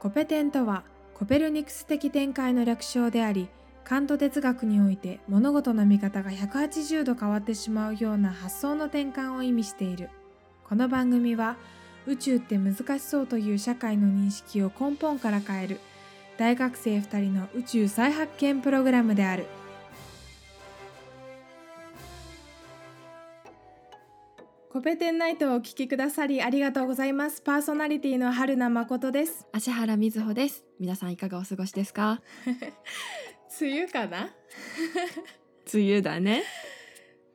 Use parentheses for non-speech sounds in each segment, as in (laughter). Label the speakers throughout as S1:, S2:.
S1: コペテンとはコペルニクス的展開の略称でありカント哲学において物事の見方が180度変わってしまうような発想の転換を意味しているこの番組は宇宙って難しそうという社会の認識を根本から変える大学生2人の宇宙再発見プログラムであるコペテンナイトをお聞きくださりありがとうございますパーソナリティの春名誠です
S2: 芦原瑞穂です皆さんいかがお過ごしですか
S1: 梅雨かな
S2: 梅雨だね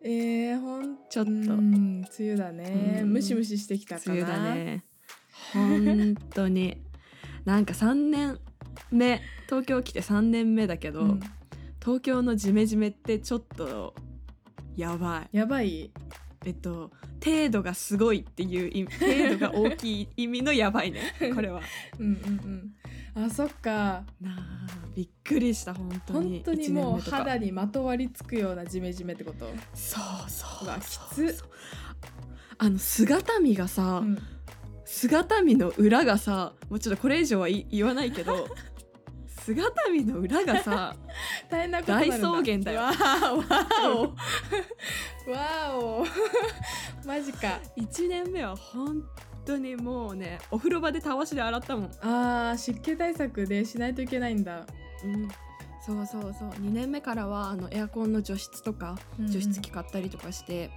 S1: えー、ほん
S2: ちょっと
S1: うん梅雨だね
S2: うん
S1: ムシムシしてきたかな
S2: 梅雨だね本当に (laughs) なんか3年目東京来て3年目だけど、
S1: うん
S2: 東京のジメジメってちょっとやばい
S1: やばい
S2: えっと程度がすごいっていう意 (laughs) 味程度が大きい意味のやばいねこれは
S1: うんうんうんあそっか
S2: なあびっくりした本当
S1: 本
S2: に
S1: 当にもう
S2: 一年目とか
S1: 肌にまとわりつくようなジメジメってこと
S2: そうそう
S1: うわき
S2: そう
S1: つ
S2: そうあの姿見がさ、
S1: うん
S2: 姿見の裏がさもうちょっとこれ以上はい言わないけ (laughs) ど姿見の裏が (laughs) さ
S1: 大変なことになるんだ
S2: 大草原だよ
S1: わーわーおわーお (laughs) マジか
S2: 1年目は本当にもうねお風呂場でたわしで洗ったもん、
S1: あー湿気対策でしないといけないんだ、
S2: そうそうそう2年目からはあのエアコンの除湿とか除湿機
S1: うん
S2: 買ったりとかして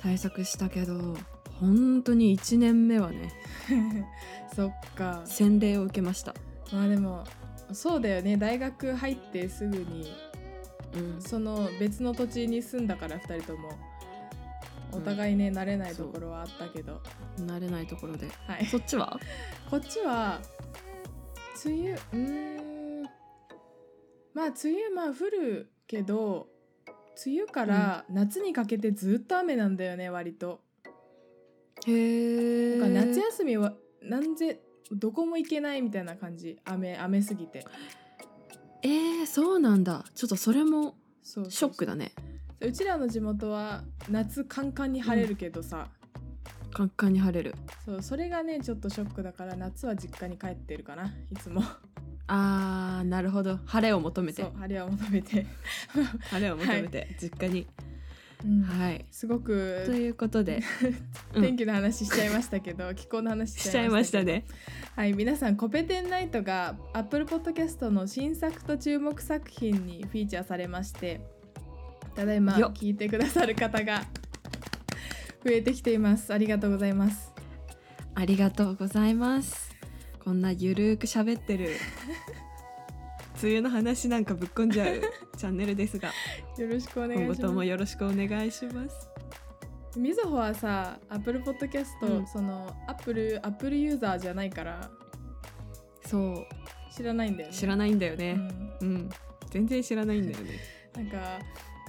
S2: 対策したけど本当に1年目はね
S1: うん (laughs) そっか
S2: 洗礼を受けました、
S1: まあでもそうだよね大学入ってすぐに
S2: うん
S1: その別の土地に住んだから2人ともお互いね、慣れないところはあったけど、
S2: 慣れないところで
S1: はい、
S2: そっちは
S1: こっちは梅雨うーんまあ梅雨まあ降るけど梅雨から夏にかけてずっと雨なんだよね割と。
S2: へえ
S1: なんか夏休みは何ぜどこも行けないみたいな感じ雨雨すぎて
S2: えー、そうなんだちょっとそれも
S1: そうそうそう
S2: ショックだね
S1: うちらの地元は夏カンカンに晴れるけどさ、
S2: カンカンに晴れる
S1: そうそれがねちょっとショックだから夏は実家に帰ってるかないつも
S2: あーなるほど晴れを求め
S1: そ
S2: て
S1: う晴れを求めて、
S2: 晴れを求めて、実家に
S1: はい
S2: はい
S1: すご
S2: と
S1: く
S2: いうこと (laughs) でうん
S1: 天気の話しちゃいましたけ
S2: (laughs)
S1: ど、気候の話
S2: しちゃいましたね
S1: はい皆さんコペテンナイトが Apple Podcast の新作と注目作品にフィーチャーされましてただいま
S2: よっ
S1: 聞いてくださる方が増えてきていますありがとうございます
S2: ありがとうございますこんなゆるーく喋ってる (laughs) 梅雨の話なんかぶっこんじゃう (laughs) チャンネルですが
S1: よろしくお願い
S2: 今後
S1: し
S2: と
S1: ま
S2: も
S1: す
S2: よろしくお願いします
S1: みずほはさ Apple Podcast、
S2: うん
S1: その Apple Apple ユーザーじゃないから
S2: そう
S1: 知らないんだよね
S2: 知らないんだよ
S1: う
S2: ね
S1: ん
S2: うん、全然知らないんだよね、
S1: なんか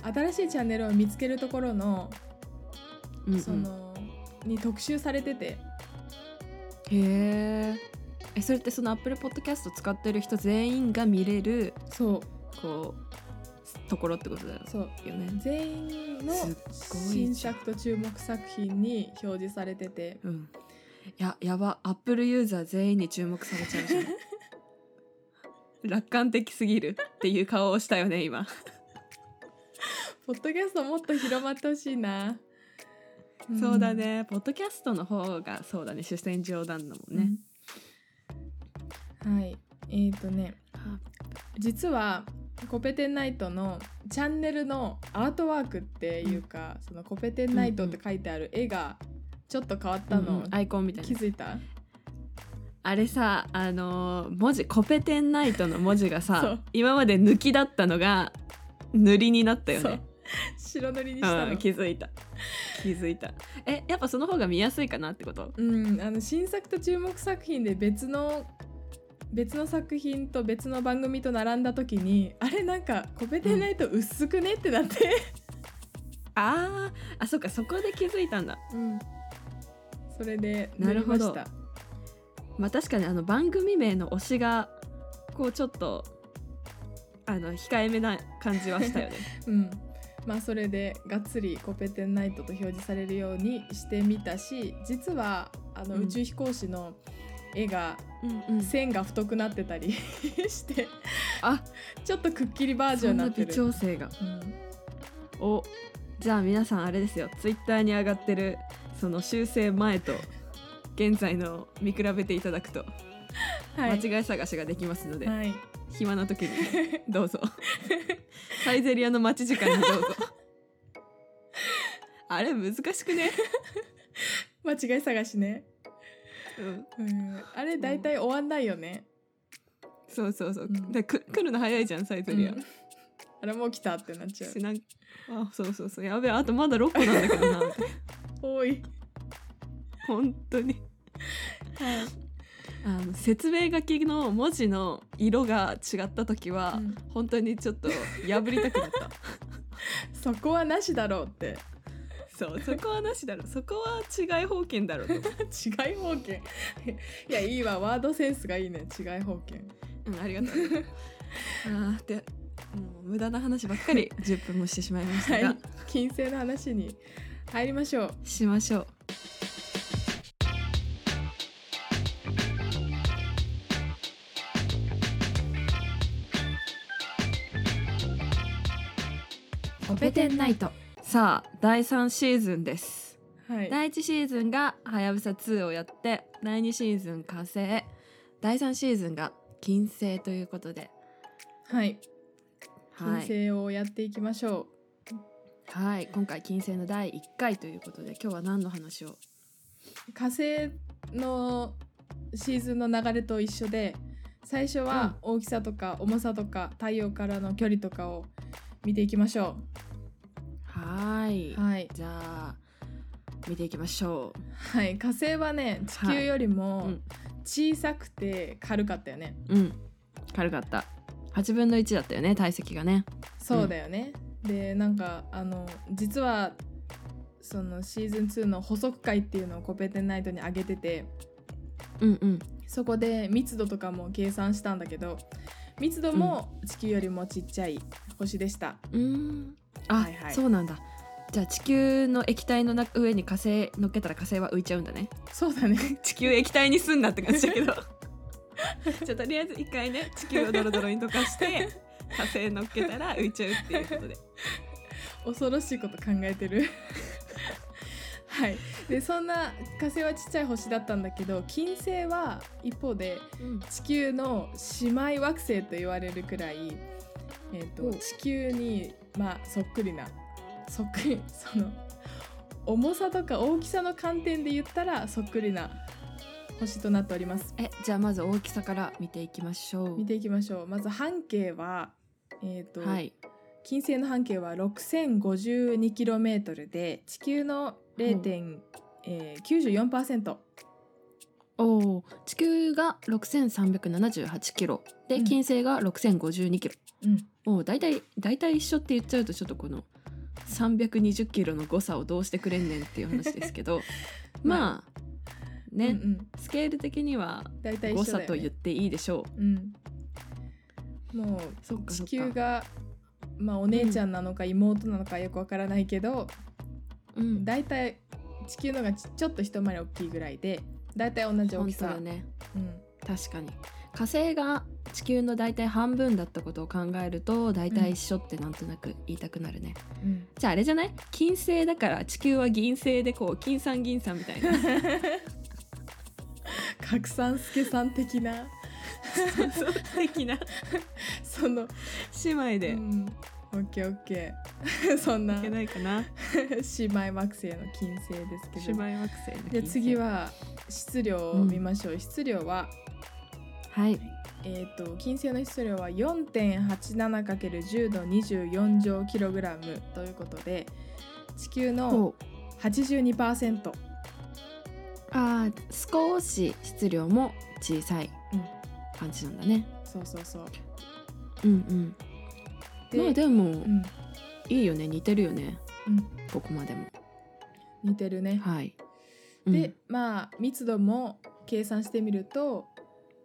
S1: 新しいチャンネルを見つけるところの
S2: うんうん
S1: そのに特集されてて
S2: へーえそれってそのアップルポッドキャスト使ってる人全員が見れる
S1: そう
S2: こうところってことだよ
S1: そう
S2: ね
S1: 全員の
S2: すっごい
S1: 新作と注目作品に表示されてて
S2: うんいややばアップルユーザー全員に注目されちゃうじゃん (laughs) 楽観的すぎるっていう顔をしたよね今、
S1: ポッドキャストもっと広まってほしいな、ん
S2: そうだねポッドキャストの方がそうだね主戦場なんだもんね、
S1: うんはいえー、とね実はコペテンナイトのチャンネルのアートワークっていうか、そのコペテンナイトって書いてある絵がちょっと変わった
S2: う
S1: の
S2: んうんアイコンみたい
S1: 気
S2: な
S1: づいた
S2: あれさあのー文字「コペテンナイト」の文字が
S1: そ
S2: さ
S1: う
S2: 今まで抜きだったのが塗りになったよ
S1: そ
S2: ね
S1: う (laughs) 白塗りにした
S2: うん
S1: の
S2: 気づいた気づいたえやっぱその方が見やすいかなってこと
S1: うん、あの新作と注目作品で別の別の作品と別の番組と並んだ時にあれなんかコペテンナイト薄くねってなって、
S2: あーあそっかそこで気づいたんだ
S1: それで
S2: なるほ
S1: 塗り
S2: ど
S1: ました
S2: まあ確かにあの番組名の推しがこうちょっとあの控えめな感じはした
S1: (laughs)
S2: よね
S1: うんまあそれでがっつりコペテンナイトと表示されるようにしてみたし実はあの
S2: うん
S1: 宇宙飛行士の絵が
S2: うんうん
S1: 線が太くなってたり (laughs) して
S2: あ
S1: ちょっとくっきりバージョ
S2: (laughs) そ
S1: ンに
S2: ん
S1: な
S2: な
S1: って
S2: 微
S1: る
S2: 調整が
S1: うん
S2: おじゃあ皆さんあれですよツイッターに上がってるその修正前と現在のを見比べていただくと
S1: はい、
S2: 間違い探しができますので、
S1: はい、
S2: 暇
S1: (laughs)
S2: な時にどうぞサイゼリアの待ち時間にど
S1: (laughs)
S2: うぞあれ難しくね、
S1: 間違い探しね、
S2: うん、
S1: うん、あれ大体終わんないよね、
S2: そうそうそう、
S1: うん
S2: でく来るの早いじゃんサイゼリア、
S1: うんあれもう来たってなっちゃう
S2: しなんあそうそうそうやべえあとまだ6個なんだけどなみたいな
S1: 多い、
S2: 本当に
S1: はい
S2: あの説明書きの文字の色が違った時は、
S1: うん
S2: 本当にちょっと破りたくなった
S1: そこはなしだろうって
S2: (laughs)
S1: (laughs)
S2: そうそこはなしだろそこは違い方権だろと、
S1: 違い方権 (laughs) いやいいわワードセンスがいいね違い方権
S2: うん、ありがとうあーでもう無駄な話ばっか (laughs) り10分もしてしまいましたが、
S1: はい金星の話に入りましょう
S2: しましょう
S1: コペテンナイト
S2: さあ第3シーズンです
S1: はい
S2: 第1シーズンが「はやぶさ2」をやって第2シーズン「火星」第3シーズンが「金星」ということで、
S1: はい金
S2: はい
S1: 星をやっていきましょ
S2: はい、今回金星の第1回ということで今日は何の話を
S1: う火星のシーズンの流れと一緒で最初は大きさとか重さとか太陽からの距離とかを見ていきましょ
S2: はい、
S1: うはい
S2: じゃあ見ていきましょ
S1: はい火星はね地球より
S2: う、う
S1: も
S2: ん、
S1: 小さくて軽かったよね、
S2: うん、軽かった8分の1だったよね体積がね
S1: そうだよね、でなんかあの実はそのシーズン2の補足会っていうのをコペテンナイトに上げてて
S2: うんうん
S1: そこで密度とかも計算したんだけど密度も地球よりもちっちゃい星でした、
S2: うーんあ、
S1: はいはい
S2: そうなんだじゃあ地球の液体の中上に火星乗っけたら火星は浮いちゃうんだね
S1: そうだね (laughs)
S2: 地球液体にすんなって感じだ (laughs) けどじゃあとりあえず一回ね地球をドロドロに溶かして火星乗っけたら浮いちゃうっていうことで
S1: 恐ろしいこと考えてる (laughs) はいでそんな火星はちっちゃい星だったんだけど金星は一方で
S2: うん
S1: 地球の姉妹惑星と言われるくらい、えー、
S2: お
S1: と地球に、まあ、そっくりなそっくりその重さとか大きさの観点で言ったらそっくりな星となっております。
S2: えじゃあまず大きさから見ていきましょう
S1: 見ていきましょうまず半径は、えーと
S2: はい
S1: 金星の半径は 6052km で地球の0.94%、えー94%
S2: おー地球が6378キロ
S1: う
S2: で
S1: ん
S2: 金星が6052キロ、
S1: うん
S2: もう大体大体一緒って言っちゃうとちょっとこの320キロの誤差をどうしてくれんねんっていう話です
S1: (laughs)
S2: けどまあね、
S1: うんうん、
S2: スケール的には
S1: 大体
S2: 誤
S1: 一緒
S2: 差
S1: だよ、
S2: と言っ
S1: ね、
S2: ていいでしょう。
S1: うん、もう
S2: そっかそ
S1: 地
S2: っか
S1: 球が、まあ、お姉ちゃんなのか妹なのかよくわからないけど、
S2: うん、
S1: だいたい地球のがちちょっと一回り大きいぐらいでだいたい同じ大
S2: 本
S1: き
S2: 当
S1: さ
S2: だ、ね
S1: うん
S2: 確かに火星が地球の大体半分だったことを考えると大体一緒ってなんとなく言いたくなるね、
S1: うん、
S2: じゃああれじゃない金星だから地球は銀星でこう金さん銀さんみたいな
S1: 拡散助さん的な
S2: そう的な
S1: (laughs) その
S2: 姉妹
S1: う
S2: で
S1: ん、オッケーオッケー (laughs) そんない
S2: けないかな
S1: 姉妹惑星の金星です
S2: 姉
S1: けど
S2: 妹惑星の金星
S1: で次は質量を見ましょう、質量は
S2: はい
S1: えー、と金星の質量は 4.87×10 度24乗キログラムということで地球の
S2: こう
S1: 82%
S2: あー少し質量も小さい
S1: うん
S2: 感じなんだね
S1: そうそうそう
S2: うんう
S1: で,、
S2: んまあでも
S1: うん
S2: いいよね似てるよね
S1: うん、
S2: ここまでも
S1: 似てるね、
S2: はい
S1: でまあ密度も計算してみると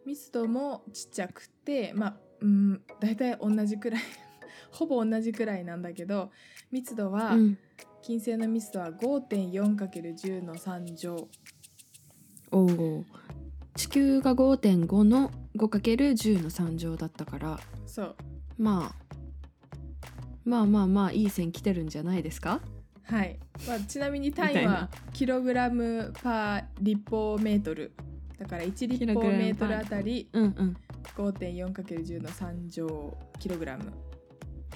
S1: 密度もちっちゃくてまあうん大体同じくらい (laughs) ほぼ同じくらいなんだけど密度は、
S2: うんうん
S1: 金星の密度は 5.4×10 の3乗
S2: おお地球が5.5の 5×10 の3乗だったから
S1: そう
S2: まあまあまあまあいい線来てるんじゃないですか
S1: はい、まあ、ちなみに単
S2: みた
S1: 位
S2: い
S1: は
S2: な
S1: キログラムパー立方メートルだから1立方メートルあたり
S2: うんうん
S1: 5.4かける1 0の3乗キログラム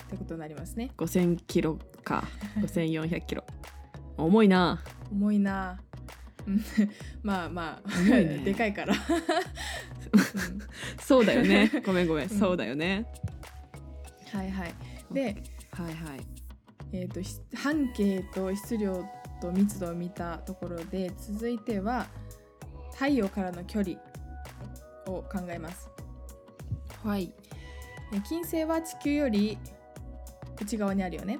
S1: ってことになりますね
S2: 5000キロか5400キロ重いな
S1: 重いなうん (laughs) まあまあ、
S2: 重いね
S1: (laughs) でかいから、う
S2: そうだよ (laughs) ねごめんごめん、
S1: うん
S2: そうだよね
S1: んはいはいで
S2: はいはい
S1: えー、とひ半径と質量と密度を見たところで続いては太陽からの距離を考えます
S2: はい
S1: え金星は地球より内側にあるよね、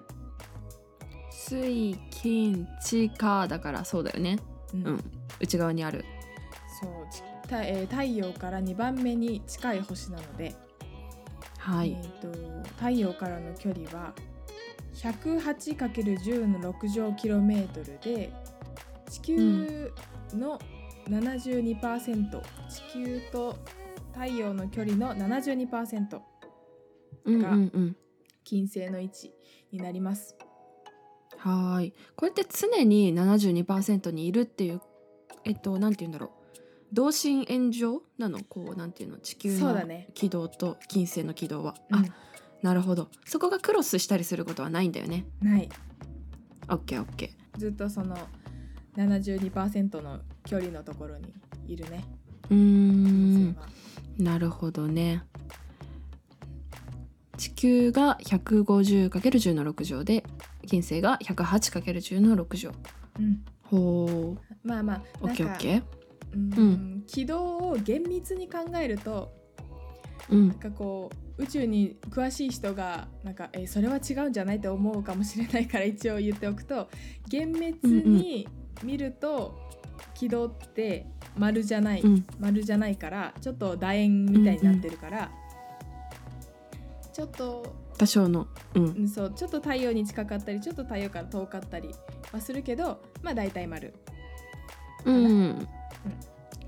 S2: 水金地下だからそうだよね
S1: うん
S2: うん内側にある
S1: そうち太えー太陽から2番目に近い星なので、
S2: は
S1: え
S2: い、
S1: ー、と太陽からの距離は 108×10 の6乗キロメートルで地球の72%、地球と太陽の距離の72%
S2: うんうんうん
S1: 金星の位置になります。
S2: はーいこれって常に72%にいるっていうえっとなんて言うんだろう同心円状なのこうなんていうの地球
S1: そう
S2: の
S1: だね
S2: 軌道と金星の軌道は、
S1: う
S2: あ
S1: ん
S2: なるほどそこがクロスしたりすることはないんだよね
S1: ない
S2: オッケーオッケ
S1: ずっとその72%の距離のところにいるね
S2: ーうー
S1: 金
S2: ん
S1: 星は。
S2: なるほどね地球が 150×10 の6乗で金星が 108×10 の6乗
S1: うん、
S2: ほう
S1: まあまあ
S2: オ
S1: な
S2: ッ
S1: ん
S2: ケーオ
S1: か
S2: ッケー
S1: うん
S2: う
S1: 軌道を厳密に考えると
S2: うん
S1: なんかこう宇宙に詳しい人がなんか、えーそれは違うんじゃないと思うかもしれないから一応言っておくと厳密に見ると軌道って丸じゃない、
S2: うん
S1: 丸じゃないからちょっと楕円みたいになってるから、ちょっと、
S2: 多少のうん
S1: うん、そうちょっと太陽に近かったりちょっと太陽から遠かったりはするけどまあ大体丸。
S2: うん、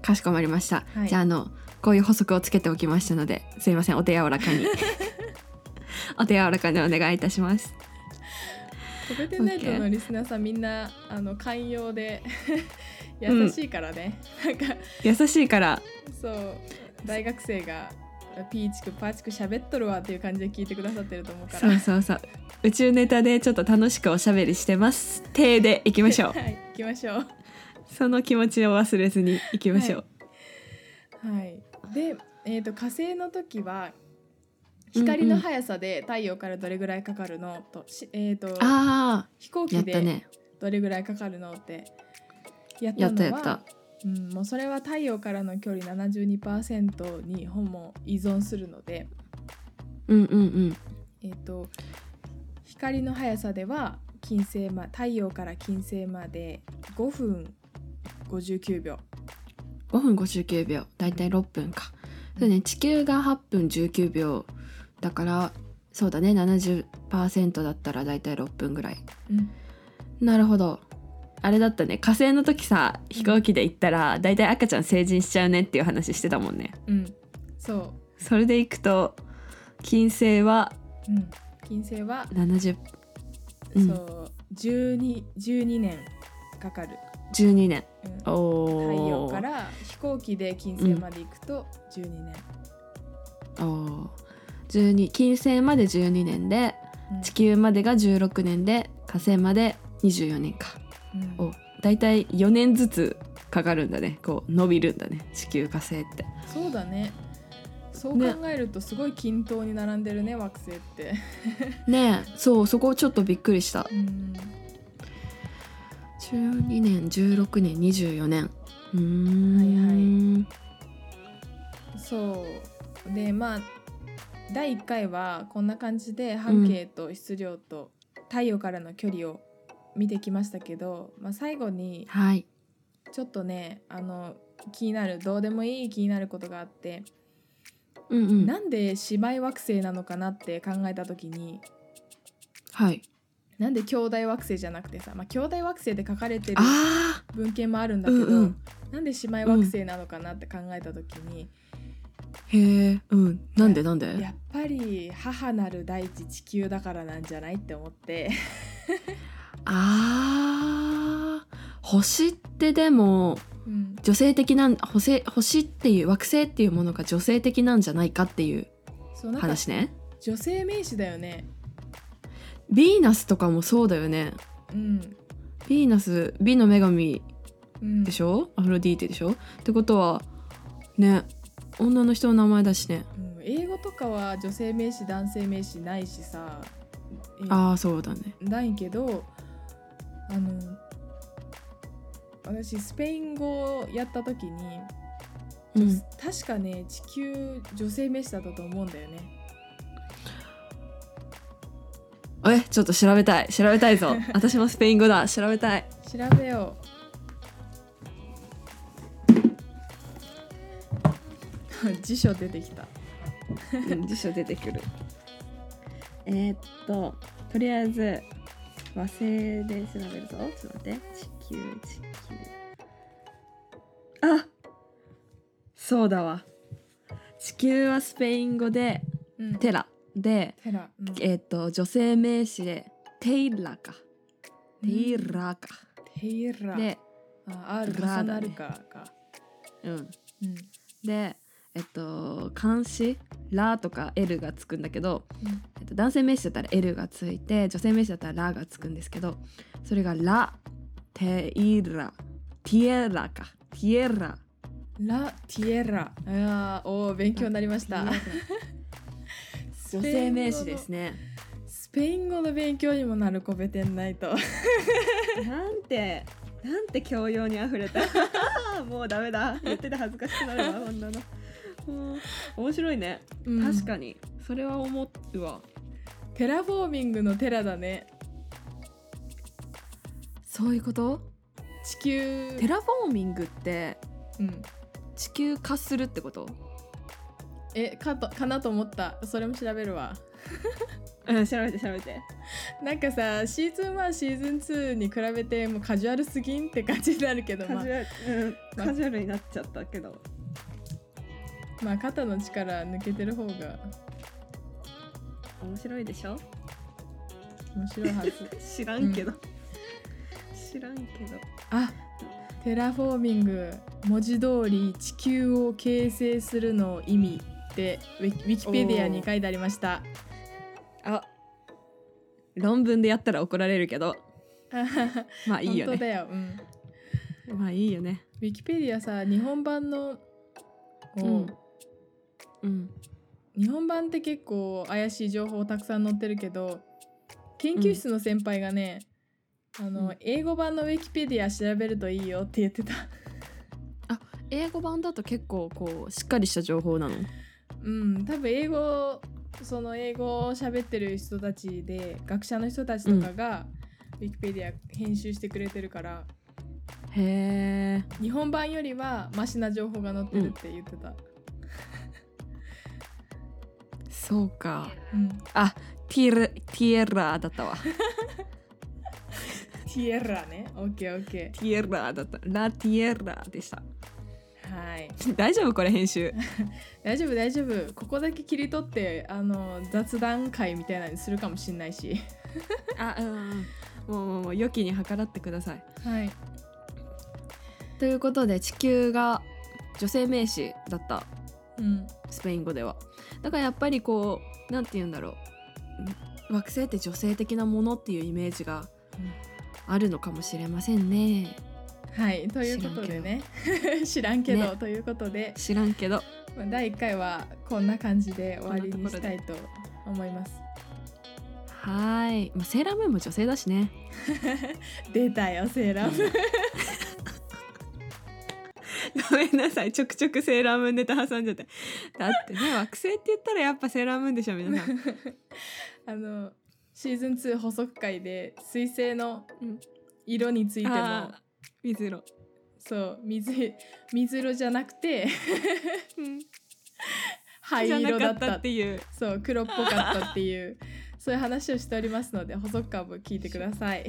S2: かしこまりました、
S1: はい
S2: じゃああのこういう補足をつけておきましたのですいませんお手柔らか (laughs) にお手柔らかにお願いいたします
S1: コペテンナイトのリスナーさんみんなあの寛容で (laughs) 優しいからね、なんか
S2: 優しいから
S1: そう大学生がピーチクパーチク喋っとるわっていう感じで聞いてくださってると思うか
S2: そう
S1: ら
S2: そうそう宇宙ネタでちょっと楽しくおしゃべりしてます手でいきましょう
S1: はい行きましょう
S2: その気持ちを忘れずにいきましょう、
S1: はいで、えー、と火星の時は光の速さで太陽からどれぐらいかかるのと,し、えー、と
S2: あ
S1: 飛行
S2: あや
S1: 機
S2: った
S1: で
S2: ね
S1: どれぐらいかかるのってやっ
S2: や
S1: た
S2: った
S1: の
S2: や
S1: は
S2: った
S1: うん、もうそれは太陽からの距離72%に本も依存するので、
S2: うんうんうん
S1: えー、と光の速さでは金星、ま、太陽から金星まで5分59秒
S2: 5分59秒だいたい6分かそうね地球が8分19秒だからそうだね70%だったらだいたい6分ぐらい
S1: うん
S2: なるほどあれだったね火星の時さ飛行機で行ったらだいたい赤ちゃん成人しちゃうねっていう話してたもんね
S1: うんそ
S2: それで行くと金星は
S1: う、うん、金星は、
S2: 70うん
S1: そう12 12年かかる、
S2: 12年
S1: うん
S2: お
S1: 太陽
S2: お
S1: から飛行機で金星まで行くと12年、
S2: おお12金星まで12年で
S1: うん
S2: 地球までが16年で火星まで24年か
S1: うん
S2: おだいたい4年ずつかかるんだねこう伸びるんだね地球火星って
S1: そうだねそう考
S2: ね
S1: えるとすごい均等に並んでるね惑星って、
S2: ねえそうそこちょっとびっくりした
S1: うん、
S2: 12年16年24年うーん
S1: そうでまあ第1回はこんな感じで半径と質量と太陽からの距離を見てきましたけど、まあ、最後に
S2: はいはい
S1: ちょっとねあの気になるどうでもいい気になることがあって、
S2: うんうん
S1: なんで姉妹惑星なのかなって考えた時に
S2: はい
S1: なんで兄弟惑星じゃなくてさ、まあ、兄弟惑星で書かれてる
S2: あ
S1: 文献もあるん
S2: あ
S1: だ
S2: う
S1: けど、
S2: んうん
S1: なんで姉妹惑星なのかなって考えた時に、
S2: へえうんなんでなんで
S1: やっぱり母なる大地地球だからなんじゃないって思って
S2: あー星ってでも
S1: うん
S2: 女性的なん星星っていう惑星っていうものが女性的なんじゃないかっていう
S1: そうなんか
S2: 話ね
S1: 女性名詞だよね
S2: ヴィーナスとかもそうだよね
S1: うん、
S2: ヴィーナス美の女神
S1: うん、
S2: でし
S1: ょ、
S2: ょアフロディーテでしょってことはね女の人の名前だしね
S1: うん、英語とかは女性名詞男性名詞ないしさえ
S2: ああそうだね
S1: ないけどあの私スペイン語をやった時に、
S2: うん
S1: 確かね地球女性名詞だったと思うんだよね
S2: えちょっと調べたい調べたいぞ私もスペイン語だ調べたい
S1: 調べよう (laughs) 辞書出てきた
S2: 辞書出てくる
S3: えーっととりあえず和製で調べるぞちょっと待って地球地球あそうだわ地球はスペイン語で
S1: うん
S3: テラで
S1: テラ、うん
S3: えーっと女性名詞でテイラかテイラか
S1: テラ
S3: で
S1: あ R 重
S3: ラ
S1: な
S3: だね
S1: るかか、
S3: うん
S1: うん
S3: でえっと漢詞ラとか L がつくんだけど、
S1: うん
S3: えっと、男性名詞だったら L がついて女性名詞だったらラがつくんですけどそれがラテイラティエラかティエラ
S1: ラ・ティエラ。ああ、おー勉強になりました。
S3: 女性名詞ですね
S1: スペイン語の勉強にもなるこべてんな
S3: (laughs)
S1: いと。
S3: なんてなんて教養にあふれた (laughs) もうダメだ言ってて恥ずかしくなるわ女のもう面白いね、確
S1: に。
S3: かにそれは思うわ
S1: テラフォーミングのテラだね。
S3: そういうこと
S1: 地球。
S3: テラフォーミングって
S1: うん。
S3: 地球化するってこと
S1: え、かと、かなと思った。それも調べるわ。
S3: うん調べて調べて
S1: なんかさ、シーズン1、シーズン2に比べて、もうカジュアルすぎんって感じになるけど、
S3: カ
S1: まあ
S3: ジ、ュアル、うん
S1: まあ
S3: カジュアルになっちゃったけど
S1: まあ、肩の力抜けてる方が
S3: 面白いでしょ
S1: 面白いはず。
S3: 知らんけど、知らんけど
S1: (laughs) あテラフォーミング文字通り地球を形成するの意味ってウィキウィキペディアに書いてありました
S3: あ論文でやったら怒られるけどまあいいよ
S1: (laughs) 本当
S3: ね
S1: だよ、うん、
S3: まあいいよね
S1: ウィキペディアさ日本版のを、
S3: うんうん
S1: 日本版って結構怪しい情報たくさん載ってるけど研究室の先輩がね、あの
S3: うん
S1: 英語版のウィキペディア調べるといいよって言ってた (laughs)
S2: 英語版だと結構こうしっかりした情報なの
S1: うん多分英語その英語を喋ってる人たちで学者の人たちとかが、ウィキペディア編集してくれてるから
S2: へえ
S1: 日本版よりはマシな情報が載ってるって言ってた、
S2: そうか
S1: うん
S2: ティエラティエラ
S3: (laughs)
S2: だったわ
S1: ティエラねオッケーオッケ
S2: ティエラだったラティエラでした (laughs)
S1: ーはい
S2: 大丈夫これ編集
S1: 大丈夫大丈夫ここだけ切り取ってあの雑談会みたいなのにするかもしんないし
S2: あうん (laughs) もうもうもう良きに計らってください
S1: はい
S2: ということで地球が女性名詞だった
S1: うん
S2: スペイン語ではだからやっぱりこうなんて言うんだろう惑星って女性的なものっていうイメージが
S1: うん
S2: あるのかもしれませんね
S1: はいということでね (laughs) 知らんけどということで
S2: 知らんけど
S1: まあ第1回はこんな感じで終わりにしたいと思います
S2: はーい、まあ、セーラームーンも女性だしね
S1: 出たよセーラームーン
S2: (laughs) ごめんなさいちょくちょくセーラームーンネタ挟んじゃってだってね惑星って言ったらやっぱセーラームーンでしょ皆さん
S1: (laughs)
S2: (laughs)
S1: あのシーズン2補足会で水星の
S2: うん
S1: 色についても
S2: あー水色
S1: そう水水色じゃなくて灰
S2: じゃな
S1: 色
S2: か
S1: だ
S2: っ
S1: ったた
S2: っていう
S1: そう黒っぽかったっていう
S4: そう (laughs) いう話をしておりますので補足株聞いてください。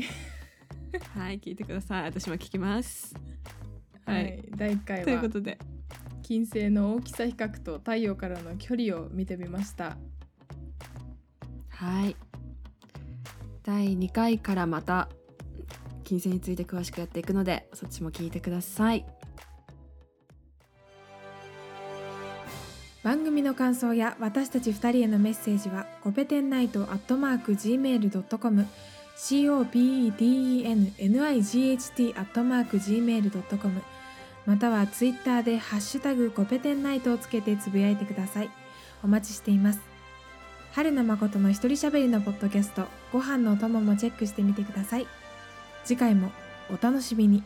S5: はい聞いてください私も聞きます (laughs) は
S4: はいい、第1回
S5: という
S4: は
S5: ことで
S4: 金星の大きさ比較と太陽からの距離を見てみました。
S2: はい第2回からまた金銭について詳しくやっていくのでそっちも聞いてください
S1: 番組の感想や私たち2人へのメッセージはコペテンナイトアットマーク Gmail.com copennight アットマーク Gmail.com またはツイッターでハッシュタグコペテンナイトをつけてつぶやいてくださいお待ちしています春の誠の一人しゃべりのポッドキャストご飯のお供もチェックしてみてください次回もお楽しみに